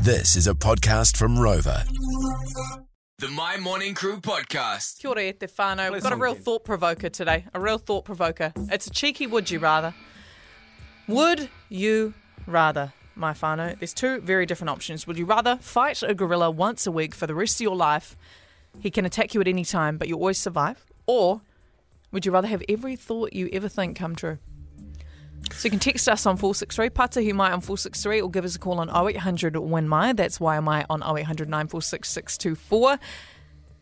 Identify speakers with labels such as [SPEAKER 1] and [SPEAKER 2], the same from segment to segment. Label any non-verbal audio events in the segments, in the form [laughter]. [SPEAKER 1] This is a podcast from Rover.
[SPEAKER 2] The My Morning Crew podcast.
[SPEAKER 3] Kia ora e te whānau. We've got a real thought provoker today. A real thought provoker. It's a cheeky would you rather. Would you rather, my whānau? There's two very different options. Would you rather fight a gorilla once a week for the rest of your life? He can attack you at any time, but you always survive. Or would you rather have every thought you ever think come true? So you can text us on 463, Patahu Mai on 463, or give us a call on 0800 Win Mai. That's why am I on 0800 946 624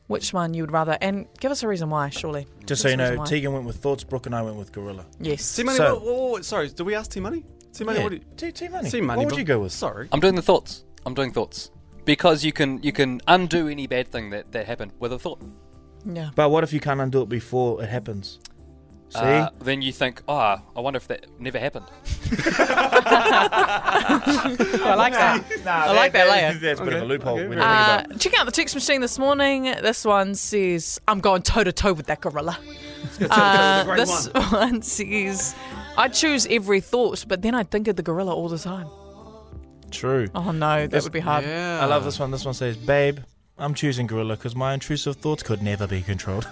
[SPEAKER 3] which one you would rather, and give us a reason why, surely. Give us
[SPEAKER 4] Just so
[SPEAKER 3] a
[SPEAKER 4] you know,
[SPEAKER 3] reason why.
[SPEAKER 4] Tegan went with thoughts, Brooke and I went with Gorilla.
[SPEAKER 3] Yes.
[SPEAKER 5] T Money,
[SPEAKER 4] So-
[SPEAKER 5] whoa, whoa, whoa, sorry, did we ask T Money? T Money,
[SPEAKER 4] Yeah,
[SPEAKER 5] what do you.
[SPEAKER 4] T, T Money.
[SPEAKER 5] T Money,
[SPEAKER 4] what would
[SPEAKER 5] but-
[SPEAKER 4] you go with?
[SPEAKER 5] Sorry.
[SPEAKER 6] I'm doing the thoughts. I'm doing thoughts because you can you can undo any bad thing that that happened with a thought.
[SPEAKER 3] Yeah. [laughs]
[SPEAKER 4] But what if you can't undo it before it happens? See?
[SPEAKER 6] Uh, then you think, ah, I wonder if that never
[SPEAKER 4] [laughs]
[SPEAKER 6] happened.
[SPEAKER 3] I like [laughs] that. I like that
[SPEAKER 4] [laughs]
[SPEAKER 3] layer.
[SPEAKER 4] That's a bit of a loophole.
[SPEAKER 5] okay,
[SPEAKER 4] when you think
[SPEAKER 5] fair
[SPEAKER 4] about
[SPEAKER 3] Uh, check out the text machine this morning. This one says, I'm going toe to toe with that gorilla. Uh,
[SPEAKER 5] great
[SPEAKER 3] this one says, I choose every thought, but then I think of the gorilla all the time.
[SPEAKER 4] it. True.
[SPEAKER 3] Oh no, that
[SPEAKER 4] This-
[SPEAKER 3] would be hard.
[SPEAKER 4] I love this one. This one says, Babe, I'm choosing Gorilla because my intrusive thoughts could never be [laughs] controlled.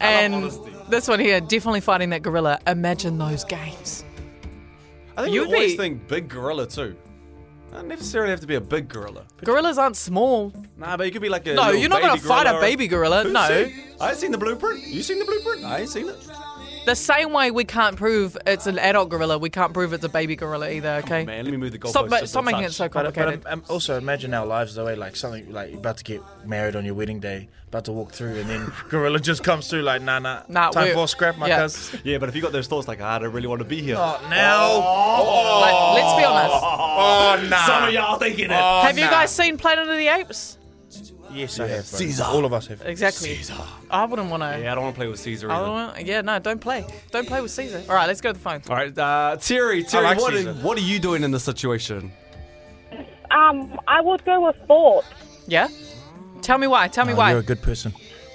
[SPEAKER 3] And this one here, definitely fighting that gorilla. Imagine those games.
[SPEAKER 5] I think
[SPEAKER 3] You
[SPEAKER 5] you
[SPEAKER 3] would
[SPEAKER 5] always
[SPEAKER 3] be-
[SPEAKER 5] think big gorilla too. I don't necessarily have to be a big gorilla.
[SPEAKER 3] Gorillas aren't small.
[SPEAKER 5] Nah, but you could be like a.
[SPEAKER 3] No,
[SPEAKER 5] little
[SPEAKER 3] you're not
[SPEAKER 5] baby
[SPEAKER 3] going to fight a
[SPEAKER 5] gorilla or-
[SPEAKER 3] baby gorilla.
[SPEAKER 5] Who's
[SPEAKER 3] No.
[SPEAKER 5] seen- I ain't seen the blueprint. You seen the blueprint? I ain't seen it.
[SPEAKER 3] The same way we can't prove it's an adult gorilla, we can't prove it's a baby gorilla either.
[SPEAKER 4] Oh,
[SPEAKER 3] Okay.
[SPEAKER 5] Man, let me move the goalpost.
[SPEAKER 3] stop, ma-
[SPEAKER 5] just
[SPEAKER 3] stop
[SPEAKER 5] a
[SPEAKER 3] making it
[SPEAKER 5] touch.
[SPEAKER 3] so
[SPEAKER 4] but
[SPEAKER 3] complicated.
[SPEAKER 4] but um, also, imagine our lives the way like something like you're about to get married on your wedding day, about to walk through, and [laughs] then Gorilla just comes through like, nah, nah.
[SPEAKER 3] Nah,
[SPEAKER 4] time
[SPEAKER 3] we're-
[SPEAKER 4] for a scrap, my
[SPEAKER 3] yeah.
[SPEAKER 4] cuz.
[SPEAKER 5] Yeah, but if you got those thoughts like, "Ah, I don't really want to be here.
[SPEAKER 4] Oh, now.
[SPEAKER 3] Like, let's be honest.
[SPEAKER 4] Oh, nah.
[SPEAKER 5] Some of y'all thinking it.
[SPEAKER 3] Have you guys seen Planet of the Apes?
[SPEAKER 4] Yes, I have. bro. All of us have.
[SPEAKER 3] Exactly. I wouldn't want to.
[SPEAKER 5] yeah, I don't want to play with Caesar
[SPEAKER 3] I
[SPEAKER 5] either.
[SPEAKER 3] don't wanna, yeah, no, don't play. Don't play with Caesar. All right, let's go to the phone.
[SPEAKER 5] All right, uh, Terry, Terry,
[SPEAKER 4] like
[SPEAKER 5] what,
[SPEAKER 4] Caesar.
[SPEAKER 5] what are you doing in
[SPEAKER 3] [laughs]
[SPEAKER 5] this situation?
[SPEAKER 7] Um, I would go with thought.
[SPEAKER 3] Yeah? Tell me why. Tell me
[SPEAKER 4] Oh,
[SPEAKER 3] why.
[SPEAKER 4] You're a good person.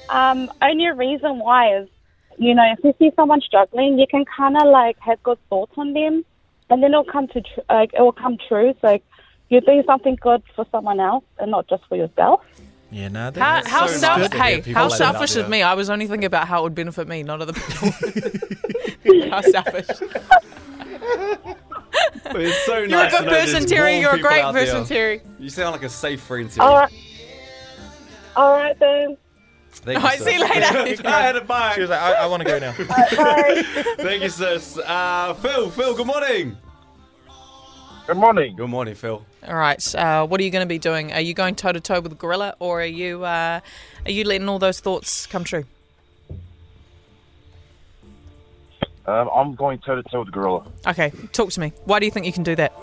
[SPEAKER 7] Um, only reason why is, you know, if you see someone struggling, you can kind of like have good thoughts on them, and then it'll come to tr- like it will come true. So like, you're doing something good for someone else and not just for yourself.
[SPEAKER 4] Yeah, nah. that-
[SPEAKER 3] How,
[SPEAKER 4] that's
[SPEAKER 3] how
[SPEAKER 5] so
[SPEAKER 3] self-
[SPEAKER 5] nice to
[SPEAKER 3] hey,
[SPEAKER 5] hear people
[SPEAKER 3] how
[SPEAKER 5] like that out
[SPEAKER 3] selfish is
[SPEAKER 5] there.
[SPEAKER 3] me? I was only thinking about how it would benefit me, not other people.
[SPEAKER 5] [laughs]
[SPEAKER 3] [laughs] how selfish.
[SPEAKER 5] It's so
[SPEAKER 3] You're a
[SPEAKER 5] nice. to
[SPEAKER 3] good
[SPEAKER 5] know there's
[SPEAKER 3] person, Terry.
[SPEAKER 5] warm
[SPEAKER 3] You're a
[SPEAKER 5] people
[SPEAKER 3] great
[SPEAKER 5] out
[SPEAKER 3] person,
[SPEAKER 5] there.
[SPEAKER 3] Terry. [laughs]
[SPEAKER 5] You sound like a safe friend, Terry.
[SPEAKER 7] All right, all right then.
[SPEAKER 5] Thank
[SPEAKER 3] All right,
[SPEAKER 5] sir.
[SPEAKER 3] see you later. [laughs]
[SPEAKER 5] I had it
[SPEAKER 4] She was
[SPEAKER 5] back.
[SPEAKER 4] like, I, I want to go now.
[SPEAKER 5] Thank you, sis. Uh, Phil, Phil, good morning.
[SPEAKER 8] Good morning.
[SPEAKER 5] Good morning, Phil.
[SPEAKER 3] All right. Uh, what are you going to be doing? Are you going toe to toe with a gorilla, or are you uh, are you letting all those thoughts come true?
[SPEAKER 8] Um, I'm going toe to toe with the gorilla
[SPEAKER 3] Okay, talk to me. Why do you think you can do that?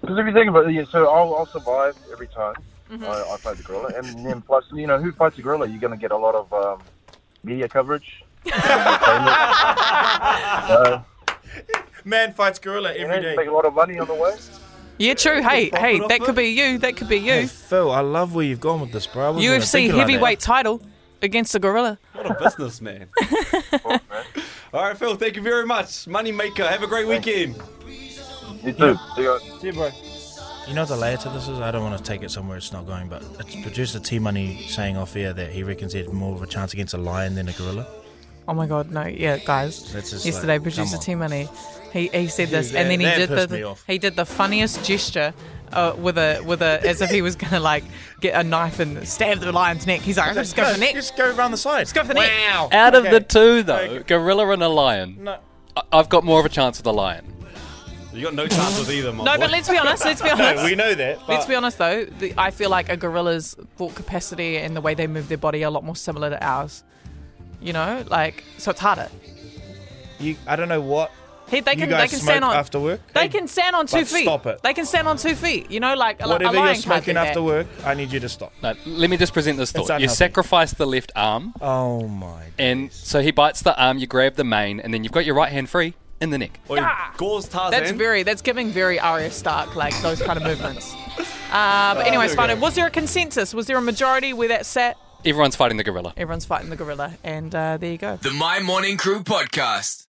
[SPEAKER 8] because if you think about it, yeah, so I'll, I'll survive every time I, I fight the gorilla, and then plus, you know, who fights the gorilla? You're gonna get a lot of um, media coverage. uh,
[SPEAKER 4] Man fights gorilla
[SPEAKER 8] you
[SPEAKER 4] every
[SPEAKER 8] know, you
[SPEAKER 4] day.
[SPEAKER 8] make a lot of money on the way.
[SPEAKER 3] Yeah, true. Hey,
[SPEAKER 5] profit
[SPEAKER 3] hey,
[SPEAKER 5] off
[SPEAKER 3] that could
[SPEAKER 5] it.
[SPEAKER 3] be you. That could be you.
[SPEAKER 4] Hey, Phil, I love where you've gone with this, bro. I wasn't even
[SPEAKER 3] UFC
[SPEAKER 4] thinking like that.
[SPEAKER 3] heavyweight title against a gorilla. [laughs]
[SPEAKER 5] What a businessman. [laughs] All right, Phil, thank you very much. Moneymaker, have a great weekend.
[SPEAKER 8] You too. So you got-
[SPEAKER 4] You know what the layer to this is? I don't want to take it somewhere it's not going, but it's producer T Money saying off air that he reckons he had more of a chance against a lion than a gorilla.
[SPEAKER 3] Oh my god, no, yeah, guys.
[SPEAKER 4] That's just
[SPEAKER 3] Yesterday,
[SPEAKER 4] like,
[SPEAKER 3] producer
[SPEAKER 4] come on.
[SPEAKER 3] T Money, he, he said this,
[SPEAKER 4] that-
[SPEAKER 3] and then he
[SPEAKER 4] that
[SPEAKER 3] did
[SPEAKER 4] pissed me
[SPEAKER 3] the
[SPEAKER 4] off.
[SPEAKER 3] he did the funniest gesture uh, with a with a as if he was gonna like get a knife and stab the lion's neck. He's like, I'm just go for the neck. Uh,
[SPEAKER 4] Just go around the side.
[SPEAKER 3] Go for the neck.
[SPEAKER 6] Out
[SPEAKER 4] Okay.
[SPEAKER 6] of the two, though, gorilla and a lion,
[SPEAKER 4] No.
[SPEAKER 6] I- I've got more of a chance with a lion.
[SPEAKER 5] You
[SPEAKER 3] [laughs]
[SPEAKER 5] got no chance with either, my
[SPEAKER 3] No,
[SPEAKER 5] boy.
[SPEAKER 3] but let's be honest. Let's be honest.
[SPEAKER 4] [laughs] We know that.
[SPEAKER 3] Let's be honest though, the, I feel like a gorilla's thought capacity and the way they move their body are a lot more similar to ours. You know, like so it's harder.
[SPEAKER 4] You, I don't know what
[SPEAKER 3] He, they
[SPEAKER 4] you
[SPEAKER 3] can they
[SPEAKER 4] guys
[SPEAKER 3] can
[SPEAKER 4] smoke
[SPEAKER 3] stand on
[SPEAKER 4] after work.
[SPEAKER 3] They can stand on two
[SPEAKER 4] But
[SPEAKER 3] feet.
[SPEAKER 4] stop it.
[SPEAKER 3] They can stand on two feet. You know, like a, li- a
[SPEAKER 4] Whatever
[SPEAKER 3] lion
[SPEAKER 4] you're
[SPEAKER 3] can't do
[SPEAKER 4] smoking
[SPEAKER 3] that.
[SPEAKER 4] after work, I need you to stop.
[SPEAKER 6] No, let me just present this thought. You
[SPEAKER 4] unhealthy.
[SPEAKER 6] sacrifice the left arm,
[SPEAKER 4] Oh my.
[SPEAKER 6] and so he bites the arm, you grab the mane, and then you've got your right hand free in the neck.
[SPEAKER 5] Oi, Gauze Tarzan.
[SPEAKER 3] That's very that's giving very Arya Stark like those kind of
[SPEAKER 4] [laughs]
[SPEAKER 3] movements. Uh, but
[SPEAKER 4] Oh,
[SPEAKER 3] anyways,
[SPEAKER 5] there we
[SPEAKER 3] Fano, was there a consensus? Was there a majority where that sat?
[SPEAKER 6] Everyone's fighting the gorilla.
[SPEAKER 3] Everyone's fighting the gorilla, and uh, there you go.
[SPEAKER 2] The My Morning Crew podcast.